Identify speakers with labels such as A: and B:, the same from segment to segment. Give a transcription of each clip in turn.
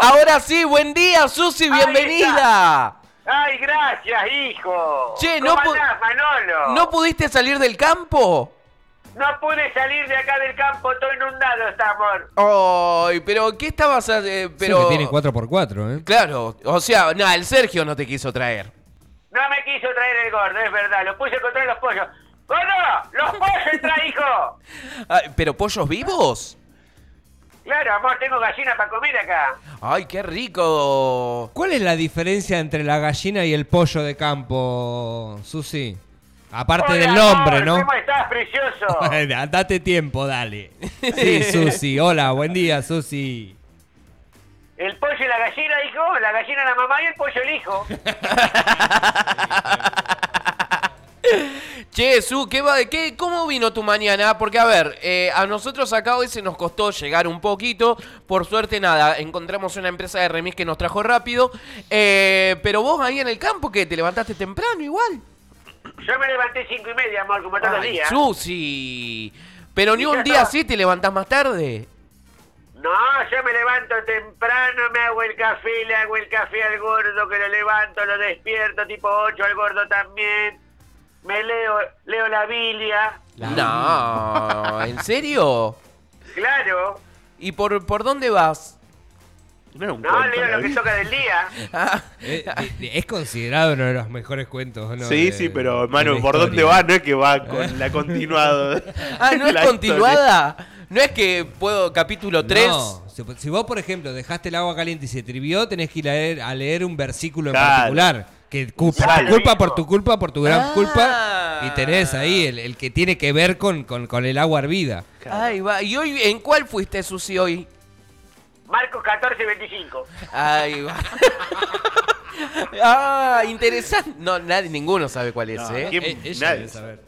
A: Ahora sí, buen día, Susi, bienvenida.
B: Ay, gracias, hijo.
A: Che,
B: ¿Cómo
A: no pu-
B: andás, Manolo?
A: ¿No pudiste salir del campo?
B: No pude salir de acá del campo, todo inundado está, amor.
A: Ay, pero ¿qué estabas eh, pero
C: que tiene 4x4, ¿eh?
A: Claro, o sea, nada, el Sergio no te quiso traer.
B: No me quiso traer el gordo, es verdad. Lo puse contra los pollos. ¡Gordo! ¡Los pollos entra, hijo!
A: Ay, ¿Pero pollos vivos?
B: Claro, amor, tengo gallina para comer acá.
A: Ay, qué rico.
C: ¿Cuál es la diferencia entre la gallina y el pollo de campo, Susi? Aparte
B: Hola,
C: del nombre,
B: amor,
C: ¿no?
B: ¿Cómo estás, precioso?
C: Bueno, Date tiempo, dale. Sí, Susi. Hola, buen día, Susi.
B: ¿El pollo y la gallina, hijo? La gallina la mamá y el pollo el hijo.
A: Che, Su, ¿qué va de qué? ¿Cómo vino tu mañana? Porque, a ver, eh, a nosotros acá hoy se nos costó llegar un poquito. Por suerte, nada, encontramos una empresa de remis que nos trajo rápido. Eh, pero vos ahí en el campo, que te levantaste temprano igual.
B: Yo me levanté cinco y media, amor, como todos los
A: Ay,
B: días.
A: Susi. Pero ni
B: Sí,
A: un
B: ya
A: día
B: está.
A: así te levantás más tarde.
B: No, yo me levanto temprano, me hago el café, le hago el café al gordo, que lo levanto, lo despierto, tipo 8 al gordo también. Me leo, leo la Biblia.
A: No, ¿en serio?
B: Claro.
A: ¿Y por, por dónde vas?
B: No, leo lo que toca del día.
A: Ah,
C: Eh, eh, es considerado uno de los mejores cuentos, ¿o ¿no?
D: sí,
C: de-
D: sí, pero
C: de
D: hermano,
C: la
D: ¿por dónde
C: historia?
D: va? No es que va con la continuada.
A: ah, ¿no es
D: La
A: continuada? ¿No es que puedo capítulo 3?
C: No, si, si vos, por ejemplo, dejaste el agua caliente y se trivió, tenés que ir a leer, a leer un versículo
D: Claro.
C: en particular. Que culpa,
D: Claro,
C: por tu culpa,
B: hijo.
C: por tu culpa, por tu gran
A: Ah.
C: culpa. Y tenés ahí el, el que tiene que ver con, con, con el agua hervida.
A: Ay, va. ¿Y hoy en cuál fuiste, Susi, hoy?
B: Marcos 14, 25.
A: Ay, va. ah, interesante. No, nadie, ninguno sabe cuál es,
D: No,
A: ¿eh?
D: ¿quién?
C: Eh, ella
D: Nadie
C: debe
D: sabe.
C: saber.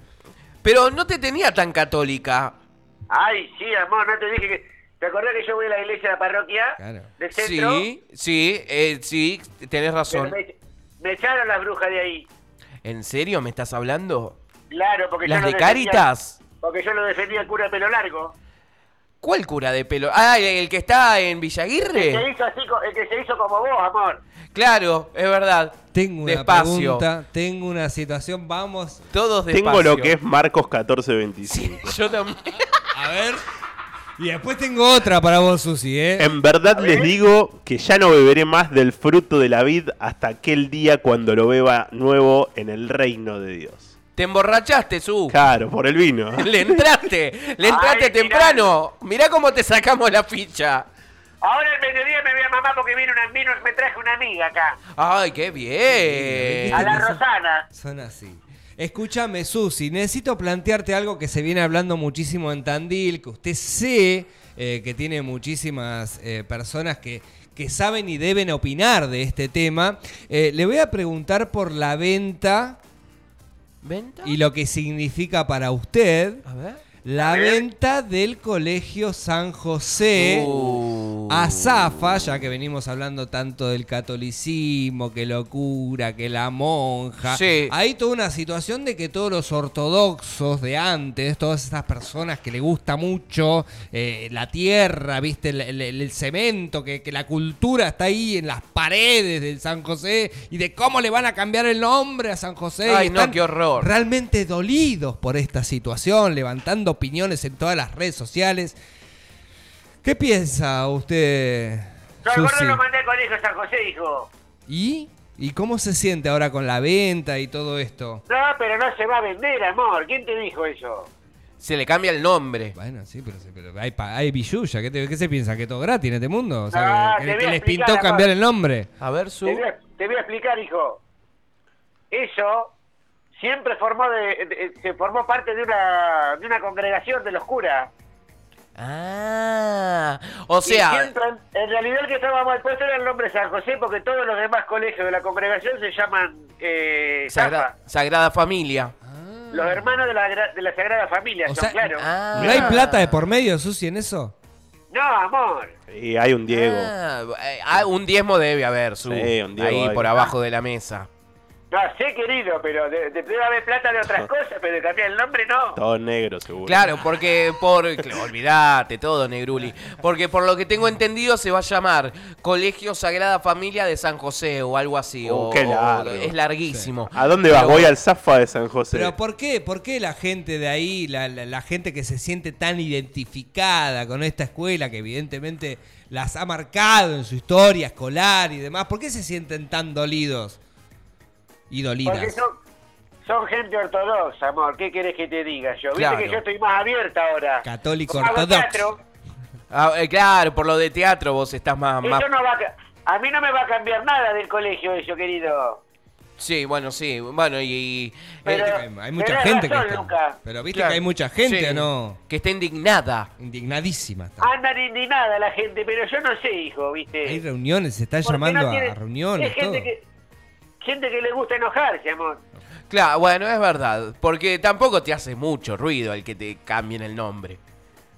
A: Pero no te tenía tan católica.
B: Ay, sí, amor, no te dije que... ¿Te acordás que yo voy a la iglesia de la parroquia?
C: Claro.
B: Del centro.
A: Sí, sí, eh, sí, tenés
B: Pero
A: razón.
B: Me, me echaron las brujas de ahí.
A: ¿En serio me estás hablando?
B: Claro, porque
A: ¿Las
B: yo lo
A: de
B: defendía-
A: Cáritas?
B: Porque yo lo defendía al cura de pelo largo.
A: ¿Cuál cura de pelo? Ah, el que está en
B: Se
A: Villaguirre.
B: hizo así, co- el que se hizo como vos, amor.
A: Claro, es verdad.
C: Tengo una
A: Despacio.
C: pregunta, tengo una situación, vamos.
A: Todos de
D: Tengo lo que es Marcos 1425.
A: Yo también.
C: A ver. Y después tengo otra para vos, Susi, ¿eh?
D: En verdad les digo que ya no beberé más del fruto de la vid hasta aquel día cuando lo beba nuevo en el reino de Dios.
A: Te emborrachaste, Su.
D: Claro, por el vino.
A: Le entraste, le entraste
B: Ay, mirá.
A: temprano. Mirá cómo te sacamos la ficha.
B: Ahora al mediodía me voy a mamá porque viene una, vino- me traje una amiga acá.
A: Ay, qué
B: A
A: bien.
B: la Rosana.
C: Son así. Escúchame, Susi, necesito plantearte algo que se viene hablando muchísimo en Tandil, que usted sé eh, que tiene muchísimas eh, personas que, que saben y deben opinar de este tema. Eh, le voy a preguntar por la venta
A: ¿Venta?
C: y lo que significa para usted
A: A ver.
C: la venta del Colegio San José.
A: Uh.
C: a Zafa, ya que venimos hablando tanto del catolicismo, que locura, que la monja.
A: Sí.
C: Hay toda una situación de que todos los ortodoxos de antes, todas esas personas que le gusta mucho eh, la tierra, viste, el, el- el cemento, que, que la cultura está ahí en las paredes del San José y de cómo le van a cambiar el nombre a San José.
A: Ay,
C: Y
A: no,
C: están
A: qué horror.
C: Realmente dolidos por esta situación, levantando opiniones en todas las redes sociales. ¿Qué piensa usted,
B: Yo al gordo
C: Susi?
B: lo mandé al colegio San José, hijo.
C: ¿Y? ¿Y cómo se siente ahora con la venta y todo esto?
B: No, pero no se va a vender, amor. ¿Quién te dijo eso?
A: Se le cambia el nombre.
C: Bueno, sí, pero, se- pero hay, pa- hay billulla. ¿Qué, te- qué se piensa? ¿Que todo gratis en este mundo? O sea,
B: Ah,
C: que,
B: te
C: que
B: voy a
C: les
B: explicar,
C: pintó
B: amor.
C: cambiar el nombre.
A: A ver, Su.
B: Te voy, a, te voy a explicar, hijo. Eso siempre formó de, de- se formó parte de una, de una congregación de los curas.
A: Ah. O
B: Y
A: sea,
B: siempre, en realidad el que estaba mal puesto era el nombre San José porque todos los demás colegios de la congregación se llaman eh, Zafa.
A: Sagra- Sagrada Familia.
B: Los hermanos de la, gra- de la Sagrada Familia,
C: O
B: son,
C: sea,
B: claro.
A: ah.
C: ¿No hay plata de por medio, Susi, en eso?
B: No, amor.
D: Y hay un Diego.
A: Ah, eh, ah, un ah, diezmo debe haber, Su.
D: Sí, un diezmo
A: ahí
D: hay.
A: por abajo de la mesa.
B: No, No, sé querido, pero de, de debe haber plata de otras cosas, pero de cambiar el nombre no.
D: Todo negro, seguro.
A: Claro, porque por. claro, Olvidate todo, Negruli. Porque por lo que tengo entendido se va a llamar Colegio Sagrada Familia de San José o algo así.
D: Uh,
A: o,
D: qué
A: o-
D: largo.
A: es larguísimo.
D: ¿A dónde vas?
A: Pero-
D: Voy al Zafa de San José.
C: Pero ¿por qué? ¿Por qué la gente de ahí, la, la- la gente que se siente tan identificada con esta escuela, que evidentemente las ha marcado en su historia escolar y demás, ¿por qué se sienten tan dolidos y
B: Porque
C: dolidas?
B: son, son gente ortodoxa, amor. ¿Qué querés que te diga yo? Viste
A: Claro.
B: que yo estoy más abierta ahora.
C: Católico
B: Como hago
C: ortodoxo.
B: teatro,
A: Ah, eh, claro, por lo de teatro vos estás más. más...
B: Eso no va a, ca- a mí no me va a cambiar nada del colegio eso, querido.
A: Sí, bueno, sí. Bueno, y. y-
C: Viste que hay, hay mucha
B: tenés
C: gente
B: razón,
C: que está,
B: Luca.
C: Pero viste
A: Claro.
C: que hay mucha gente,
A: Sí,
C: ¿o ¿no?
A: Que está indignada.
C: Indignadísima. está.
B: Andan indignada la gente, pero yo no sé, hijo, ¿viste?
C: Hay reuniones, se están
B: Porque
C: llamando
B: no
C: a
B: tiene-
C: reuniones.
B: Es gente
C: todo.
B: que, gente que le gusta enojarse, amor.
A: Claro, bueno, es verdad. Porque tampoco te hace mucho ruido el que te cambien el nombre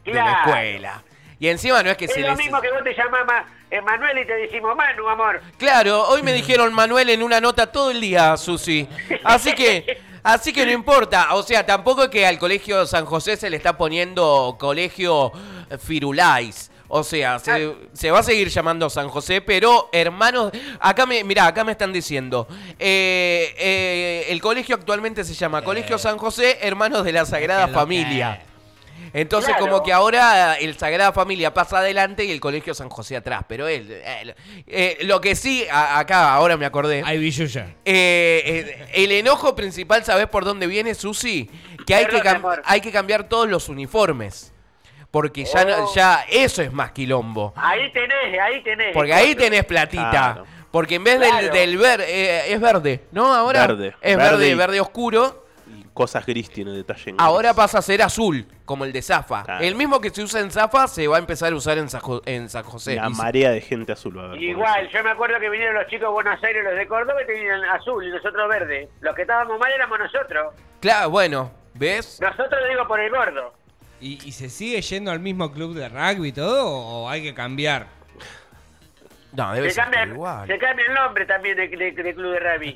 A: de la
B: Claro.
A: escuela. Y encima no es que
B: Es
A: se
B: lo
A: les.
B: mismo que vos te llamás Ma- Emanuel y te decimos Manu, amor.
A: Claro, hoy me dijeron Manuel en una nota todo el día, Susi. Así que, así que no importa. O sea, tampoco es que al colegio San José se le está poniendo colegio Firulais. O sea, se, se va a seguir llamando San José, pero hermanos, acá me, mirá, acá me están diciendo, eh, eh, el colegio actualmente se llama Colegio San José, Hermanos de la Sagrada
C: Qué loca.
A: Familia. Entonces
B: Claro.
A: como que ahora el Sagrada Familia pasa adelante y el Colegio San José atrás, pero él, él- eh, lo que sí, a- acá ahora me acordé,
C: Hay billulla.
A: eh, eh, el enojo principal, ¿sabés por dónde viene, Susi? Que hay, que,
B: Perdón,
A: cam-
B: amor.
A: hay que cambiar todos los uniformes, porque ya, no-
B: Oh.
A: ya eso es más quilombo,
B: Ahí tenés, ahí tenés.
A: porque ahí tenés platita.
D: Claro.
A: Porque en vez del-
B: Claro.
A: del, verde, es verde, ¿no? Ahora
D: Verde.
A: es
D: Verde
A: verde,
D: y-
A: verde oscuro.
D: Y cosas gris tiene detalle. en gris.
A: Ahora pasa a ser azul, como el de Zafa.
D: Claro.
A: El mismo que se usa en Zafa se va a empezar a usar en San, Jo- en San José.
D: La
A: Y-
D: marea de gente azul va a haber. por
B: Igual,
D: eso.
B: yo me acuerdo que vinieron los chicos de Buenos Aires, los de Córdoba, y te vinieron azul y nosotros verde. Los que estábamos mal éramos nosotros.
A: Claro, bueno, ¿ves?
B: Nosotros lo digo por el gordo.
C: ¿Y, y se sigue yendo al mismo club de rugby y todo o hay que cambiar?
A: No, debe
B: Se
A: ser
B: cambia,
A: igual.
B: se cambia el nombre también de, de- de Club de Rugby.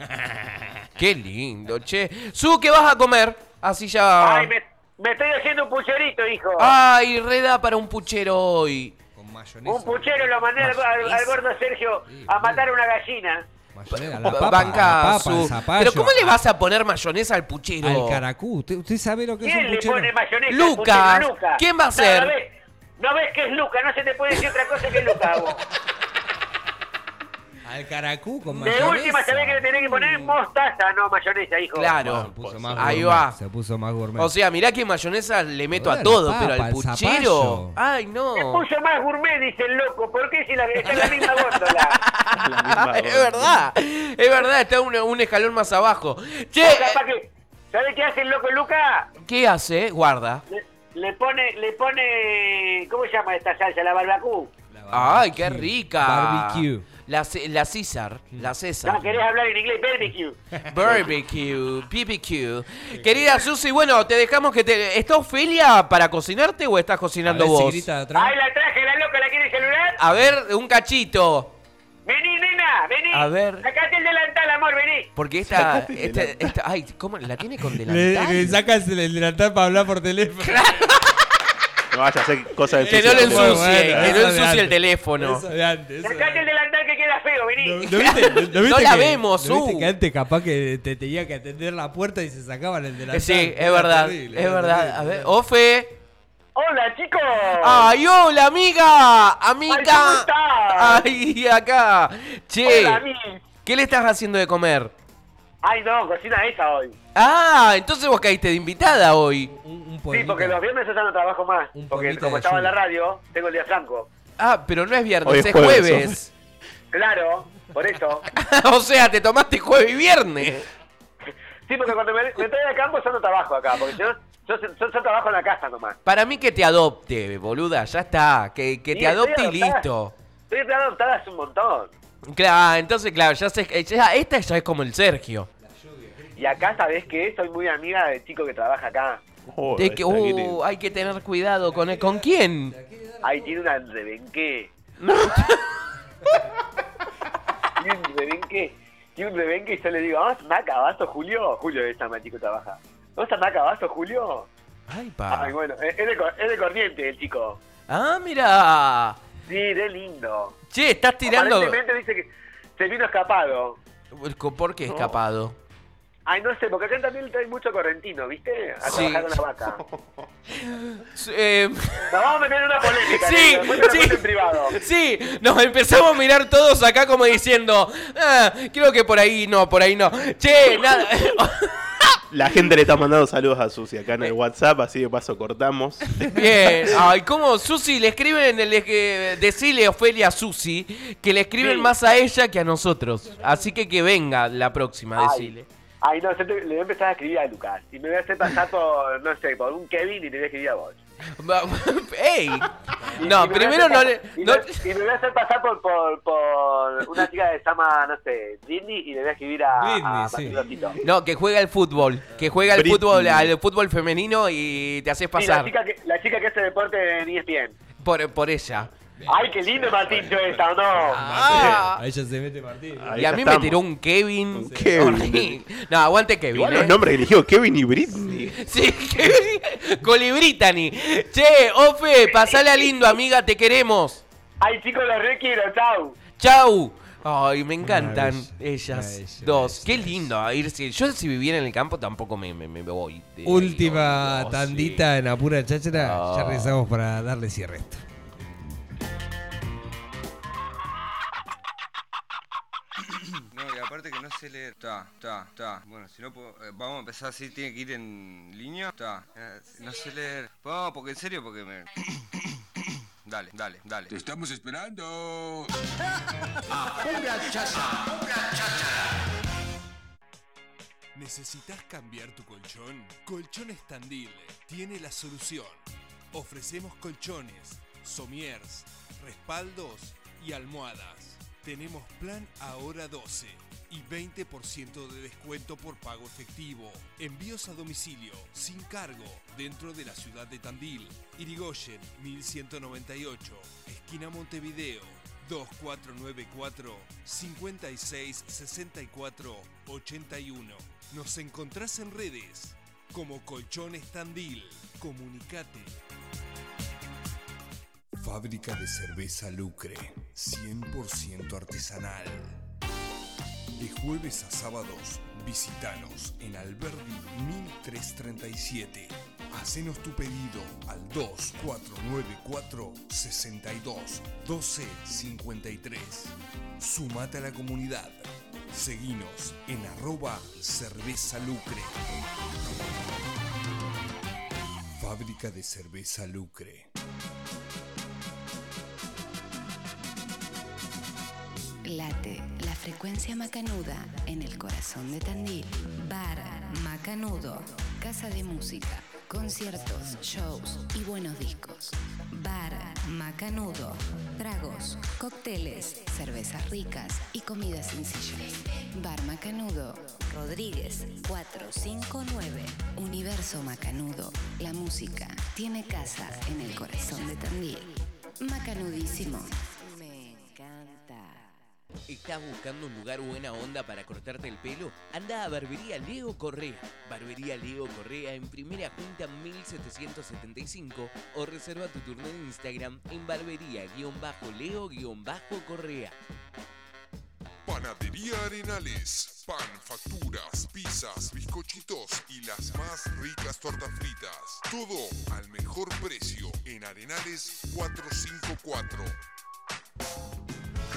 A: Qué lindo, che. Su, ¿qué vas a comer? Así ya...
B: Ay, me, me estoy haciendo un pucherito, hijo.
A: Ay, reda para un puchero hoy.
C: Con mayonesa.
B: un puchero lo mandé al, al- al gordo Sergio
C: Sí,
B: a matar una gallina.
C: Mayonesa, la papa, la
A: Banca,
C: papa,
A: Su.
C: el zapallo,
A: Pero ¿cómo le vas a poner mayonesa al puchero?
C: al caracú? ¿Usted, usted sabe lo que es un
B: ¿Quién le
C: puchero?
B: pone mayonesa? al
A: Lucas.
B: puchero? Lucas.
A: ¿Quién va a
B: No,
A: ser?
B: No, ves, no ves que es Lucas, no se te puede decir otra cosa que Lucas. vos.
C: Al caracú con
B: De
C: mayonesa.
B: última sabés que le tenés que poner mostaza, no mayonesa, hijo.
C: Se
A: Claro.
C: puso más
A: Ahí
C: gourmet,
A: va.
C: Se puso más gourmet.
A: O sea, mirá que mayonesa le meto
C: Joder,
A: a todo,
C: la
A: pero
C: papa,
A: al
C: el
A: puchero...
C: zapallo.
A: Ay,
B: Se
A: no.
B: puso más gourmet, dice el loco. ¿Por qué si la, está en la misma góndola?
D: La misma
A: es
D: gorda.
A: verdad, es verdad, está un, un escalón más abajo. Che,
B: O capaz que- ¿Sabés qué hace el loco Lucas?
A: ¿qué hace? Guarda.
B: Le, le pone, le pone, ¿cómo se llama esta salsa? La barbacú.
C: La
A: Ay, qué
C: barbecue.
A: rica.
C: Barbecue.
A: La, ce- la César, la César.
B: No, querés hablar en inglés, barbecue.
A: Barbecue, BBQ. Querida Susi, bueno, te dejamos que te... ¿Está Ofelia para cocinarte o estás
C: A
A: cocinando
C: ver si
A: vos?
C: grita de atrás.
B: Ahí la traje, la loca, ¿la quiere celular?
A: A ver, un cachito.
B: Vení, nena, vení.
A: A ver.
B: Sacate el delantal, amor, vení.
A: Porque esta,
D: Sacate
A: esta,
D: delantal.
A: esta- Ay, ¿cómo? ¿La tiene con
C: Le,
A: delantal?
C: le sacas el delantal para hablar por teléfono.
D: No vaya a hacer cosas de
A: Que no le
C: Muy bueno,
A: ensucie, que
C: eso
A: no
C: de
A: ensucie el
C: antes.
A: teléfono.
C: Eso de antes. eso de
B: Sacate el delantal que queda feo,
C: ¿No,
B: vení.
C: no viste, no,
A: No
C: viste
A: la
C: que-
A: vemos,
C: ¿no viste
A: uh.
C: que antes capaz que te tenía que atender la puerta y se sacaban el delantal.
A: Eh, Sí, es
C: Era
A: verdad,
C: terrible,
A: es
C: era
A: verdad.
C: terrible.
A: A ver, Ofe.
B: Hola, chicos.
A: ¡Ay, hola, amiga!
B: Ay, ¿cómo
A: ¡Amiga!
B: estás?
A: ¡Ay, acá! Che,
B: Hola, mi.
A: ¿qué le estás haciendo de comer?
B: Ay, no, cocina esa hoy.
A: Ah, entonces vos caíste de invitada hoy.
C: Un, un
B: Sí,
C: poemita.
B: porque los viernes yo ya no trabajo más.
C: Un
B: Porque
C: poquito
B: como
C: de
B: estaba en la
C: ayuda.
B: radio, tengo el día franco.
A: Ah, pero no es viernes,
D: Hoy
A: es
D: es
A: jueves.
D: jueves,
B: Claro, por eso.
A: o sea, te tomaste jueves y viernes.
B: Sí, porque cuando me, me traen al campo yo no trabajo acá. Porque yo, yo, yo- yo trabajo en la casa nomás.
A: Para mí que te adopte, boluda, ya está. Que, que te
B: Y estoy
A: adopte y
B: adoptada.
A: listo.
B: Estoy de adoptada hace un montón.
A: Claro, entonces, claro, ya sé. eh, ya- esta ya es como el Sergio.
B: Y acá, ¿sabés qué? Soy muy amiga del chico que trabaja acá.
D: Joder,
A: De que,
D: Oh, está
A: uh,
D: querido.
A: hay que tener cuidado con ¿Con quién?
B: Ahí tiene una rebenqué. y un rebenqué. que un rebenque y yo le digo, ¿vos maca vaso, Julio? Julio es matico trabaja. ¿Vos maca vaso, Julio?
A: Ay,
C: Ah.
A: pa.
B: Ay, bueno, es es de, Cor- es de corriente el chico.
A: Ah, mira.
B: Sí, de lindo.
A: Che, estás tirando.
B: Aparentemente dice que se vino escapado.
A: ¿Por qué escapado?
B: Ay, no sé, porque acá también hay mucho correntino, ¿viste? A
A: Sí.
B: trabajar con la vaca. Nos
A: Eh,
B: vamos a meter en una polémica.
A: Sí,
B: Nico, después te lo
A: sí.
B: cuento en privado.
A: sí, nos empezamos a mirar todos acá como diciendo, "Ah, creo que por ahí no, por ahí no. Che, nada. ah.
D: La gente le está mandando saludos a Susi acá en el WhatsApp, así de paso cortamos.
A: Bien, ay, cómo Susi le escriben, le, que- eh, decile Ofelia a Susi que le escriben
B: Sí.
A: más a ella que a nosotros. Así que que venga la próxima, decile.
B: Ay, ay, no, yo te- le voy a empezar a escribir a Lucas. Y me voy a hacer pasar por, no sé, por un Kevin y te voy a escribir a vos.
A: Va- ¡Ey!
B: Y- y
A: No,
B: me voy a
A: primero
B: hacer
A: no
B: pa-
A: le.
B: Y,
A: no-
B: me, y me voy a hacer pasar por, por, por una chica que se llama, no sé, Britney y le voy a escribir a, a
C: Britney, sí.
B: Matilotito.
A: No, que juega al fútbol. Que juega al
D: Britney.
A: fútbol, al fútbol femenino y te haces
B: Sí, la
A: pasar
B: chica, que, la chica que hace deporte en E ESPN.
A: por, por ella.
B: Ay, qué lindo Matillo esta, ¿o no?
A: Ah.
C: Ahí ya se mete Martín.
D: Ahí
A: Y a
D: ya
A: mí
D: estamos.
A: me tiró un Kevin.
D: Un Kevin.
A: horrible. No, aguante Kevin.
D: Igual los
A: eh.
D: nombres que eligió Kevin y Britney.
A: Sí, Kevin. Colibritani. Che, Ofe, pasale a lindo, amiga, te queremos.
B: Ay, chicos, los re quiero, chau.
A: Chau. Ay, me encantan
C: Maravilla,
A: ellas
C: maravilla,
A: dos.
C: maravilla,
A: Qué
C: maravilla.
A: lindo irse. Yo si viviera en el campo tampoco me, me, me voy. de-
C: Última
A: no, sí.
C: tandita en Apura Cháchara. Ya
A: Ah.
C: regresamos para darle cierre a esto.
E: No, y aparte que no sé leer. Está, está, está. Bueno, si no puedo- eh, vamos a empezar así, tiene que ir en línea. Está. Eh, no sé leer. Vamos, porque en serio, porque me. dale, dale, dale.
F: Te estamos esperando. ¿Necesitas cambiar tu colchón? Colchones Tandil tiene la solución. Ofrecemos colchones, somiers, respaldos y almohadas. Tenemos plan ahora 12 y 20% de descuento por pago efectivo. Envíos a domicilio, sin cargo, dentro de la ciudad de Tandil. Irigoyen, 1198, esquina Montevideo. 2494 5664 81. Nos encontrás en redes como Colchones Tandil. Comunicate. Fábrica de cerveza Lucre, 100% artesanal. De jueves a sábados, visítanos en Alberdi 1337. Hacenos tu pedido al 2494 62 12 53. Sumate a la comunidad. Seguinos en arroba cerveza lucre. Fábrica de cerveza lucre.
G: Late la frecuencia macanuda en el corazón de Tandil. Bar Macanudo, casa de música, conciertos, shows y buenos discos. Bar Macanudo, tragos, cócteles, cervezas ricas y comidas sencillas. Bar Macanudo, Rodríguez 459. Universo Macanudo, la música tiene casa en el corazón de Tandil. Macanudísimo. Me encanta.
H: ¿Estás buscando un lugar buena onda para cortarte el pelo? Anda a Barbería Leo Correa. Barbería Leo Correa en Primera Junta 1775 o reserva tu turno en Instagram en barbería-leo-correa.
F: Panadería Arenales, pan, facturas, pizzas, bizcochitos y las más ricas tortas fritas. Todo al mejor precio en Arenales 454.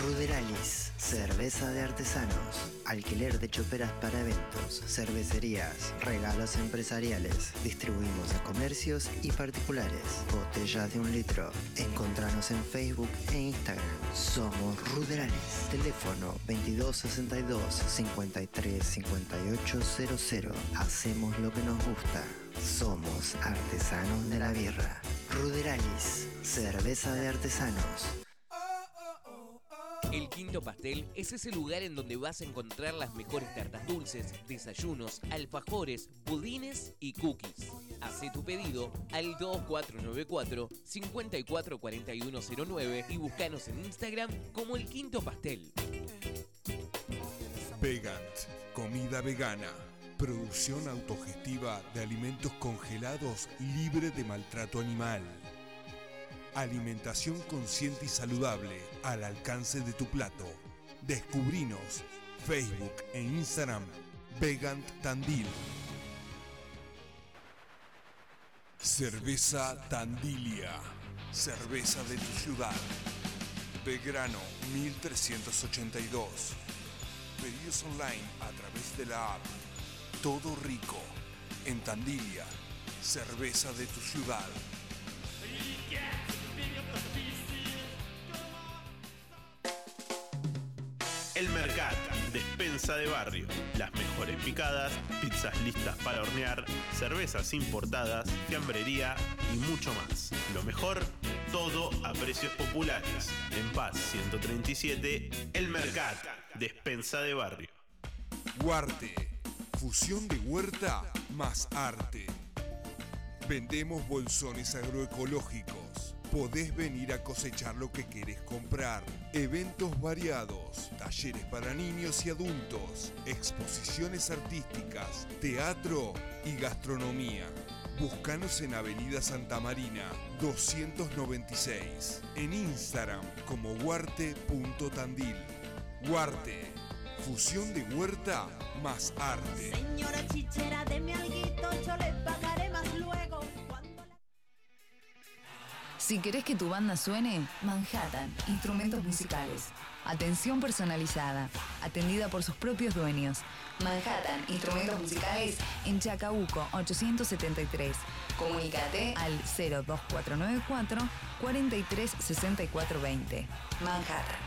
I: Ruderalis, cerveza de artesanos, alquiler de choperas para eventos, cervecerías, regalos empresariales. Distribuimos a comercios y particulares. Botellas de un litro. Encontranos en Facebook e Instagram. Somos Ruderalis. Teléfono 2262 53 5800. Hacemos lo que nos gusta. Somos artesanos de la birra. Ruderalis, cerveza de artesanos.
H: El Quinto Pastel es ese lugar en donde vas a encontrar las mejores tartas dulces, desayunos, alfajores, pudines y cookies. Hacé tu pedido al 2494-544109 y búscanos en Instagram como El Quinto Pastel.
F: Vegant, comida vegana. Producción autogestiva de alimentos congelados libre de maltrato animal. Alimentación consciente y saludable al alcance de tu plato. Descubrinos Facebook e Instagram Vegant Tandil. Cerveza Tandilia. Cerveza de tu ciudad. Belgrano 1382. Pedidos online a través de la app. Todo rico. En Tandilia. Cerveza de tu ciudad.
D: El Mercat, despensa de barrio, las mejores picadas, pizzas listas para hornear, cervezas importadas, fiambrería y mucho más. Lo mejor, todo a precios populares. En Paz 137, El Mercat, despensa de barrio.
F: Huarte. Fusión de huerta más arte. Vendemos bolsones agroecológicos. Podés venir a cosechar lo que querés comprar. Eventos variados, talleres para niños y adultos, exposiciones artísticas, teatro y gastronomía. Buscanos en Avenida Santa Marina 296, en Instagram como huarte.tandil. Huarte, fusión de huerta más arte.
J: Señora chichera, deme alguito, yo le pagaré más luego. Cuando la-
K: Si querés que tu banda suene, Manhattan, instrumentos musicales. Atención personalizada, atendida por sus propios dueños. Manhattan, instrumentos musicales en Chacabuco 873. Comunícate al 02494 436420. Manhattan.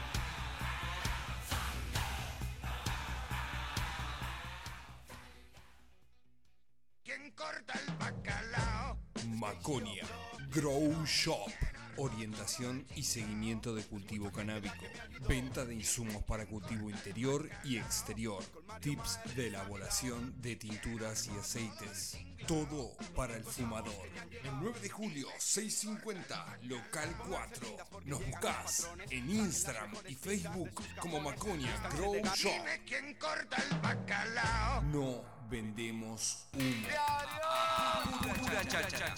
F: Maconia. Grow Shop. Orientación y seguimiento de cultivo canábico. Venta de insumos para cultivo interior y exterior. Tips de elaboración de tinturas y aceites. Todo para el fumador. El 9 de julio, 650, local 4. Nos buscás en Instagram y Facebook como Maconia Grow Shop. No vendemos humo.
E: Pura cháchara.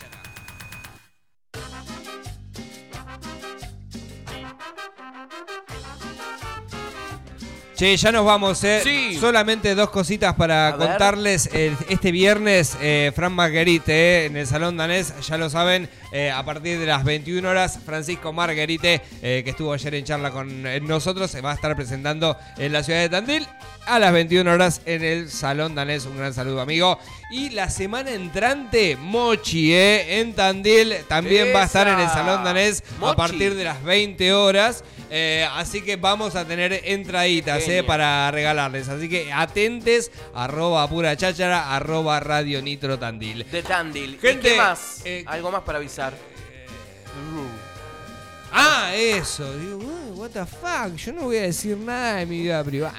C: Che, ya nos vamos, ¿eh?
A: Sí.
C: Solamente dos cositas para
A: A ver.
C: contarles. Eh, este viernes, eh, Fran Marguerite, eh, en el Salón Danés, ya lo saben, eh, a partir de las 21 horas, Francisco Marguerite, eh, que estuvo ayer en charla con eh, nosotros, se va a estar presentando en la ciudad de Tandil a las 21 horas en el Salón Danés. Un gran saludo, amigo. Y la semana entrante, Mochi, eh, en Tandil, también va a estar en el
A: Esa.
C: Salón Danés a
A: Mochi.
C: partir de las 20 horas. Eh, así que vamos a tener entraditas
A: Qué
C: eh,
A: genio.
C: para regalarles. Así que atentes, arroba pura cháchara, arroba radio nitro tandil.
A: De Tandil. ¿Y
C: Gente,
A: qué más?
C: eh,
A: Algo más para avisar.
C: Ah, eso. Digo, "Uy, what the fuck. Yo no voy a decir nada de mi vida privada.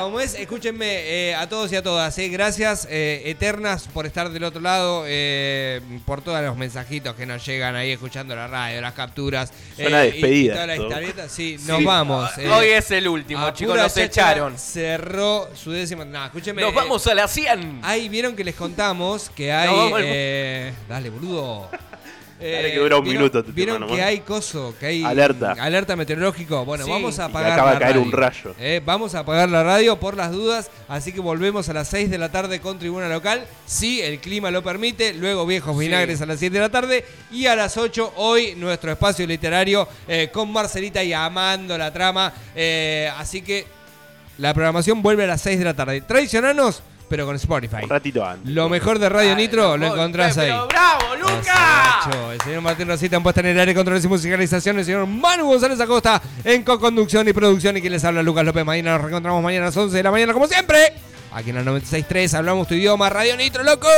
C: Como es, escúchenme eh, a todos y a todas. eh, Gracias eh, eternas por estar del otro lado, eh, por todos los mensajitos que nos llegan ahí escuchando la radio, las capturas.
D: Suena
C: eh, y-
D: despedida
C: y toda la
D: esto.
C: historieta. Sí, nos vamos. eh.
A: Hoy es el último,
C: A
A: chicos.
C: pura
A: Nos
C: cháchara
A: echaron.
C: Cerró su décima. No, escúcheme.
A: Nos
C: eh,
A: vamos a las 100.
C: Ahí vieron que les contamos que hay.
A: vamos al-
C: eh, dale, boludo. Eh,
D: Dale, que dura un
C: vieron-
D: minuto este tema
C: Vieron
D: nomás.
C: que hay coso, que hay.
D: Alerta.
C: mm, Alerta meteorológico. Bueno,
A: Sí.
C: vamos a
D: Y
C: apagar
D: acaba
C: la
D: de caer
C: radio.
D: un rayo.
C: Eh, vamos a apagar la radio por las dudas. Así que volvemos a las 6 de la tarde con Tribuna Local. Si el clima lo permite. Luego Viejos Vinagres a las 7 de la tarde. Y a las 8 hoy nuestro espacio literario eh, con Marcelita y amando la trama. Eh, así que la programación vuelve a las 6 de la tarde. Traicionanos, pero con Spotify.
D: Un ratito antes.
C: Lo mejor de Radio
A: Ay,
C: Nitro lo
A: Ramón,
C: encontrás ahí.
A: pero ¡Bravo,
C: Gracias,
A: Luca!
C: Nacho. El señor Martín Rosita en puesta en el aire, controles y musicalización. El señor Manu González Acosta en co-conducción y producción. Y quien les habla, Lucas López. Mañana nos reencontramos mañana a las 11 de la mañana, como siempre. Aquí en la 96.3 hablamos tu idioma, Radio Nitro, loco.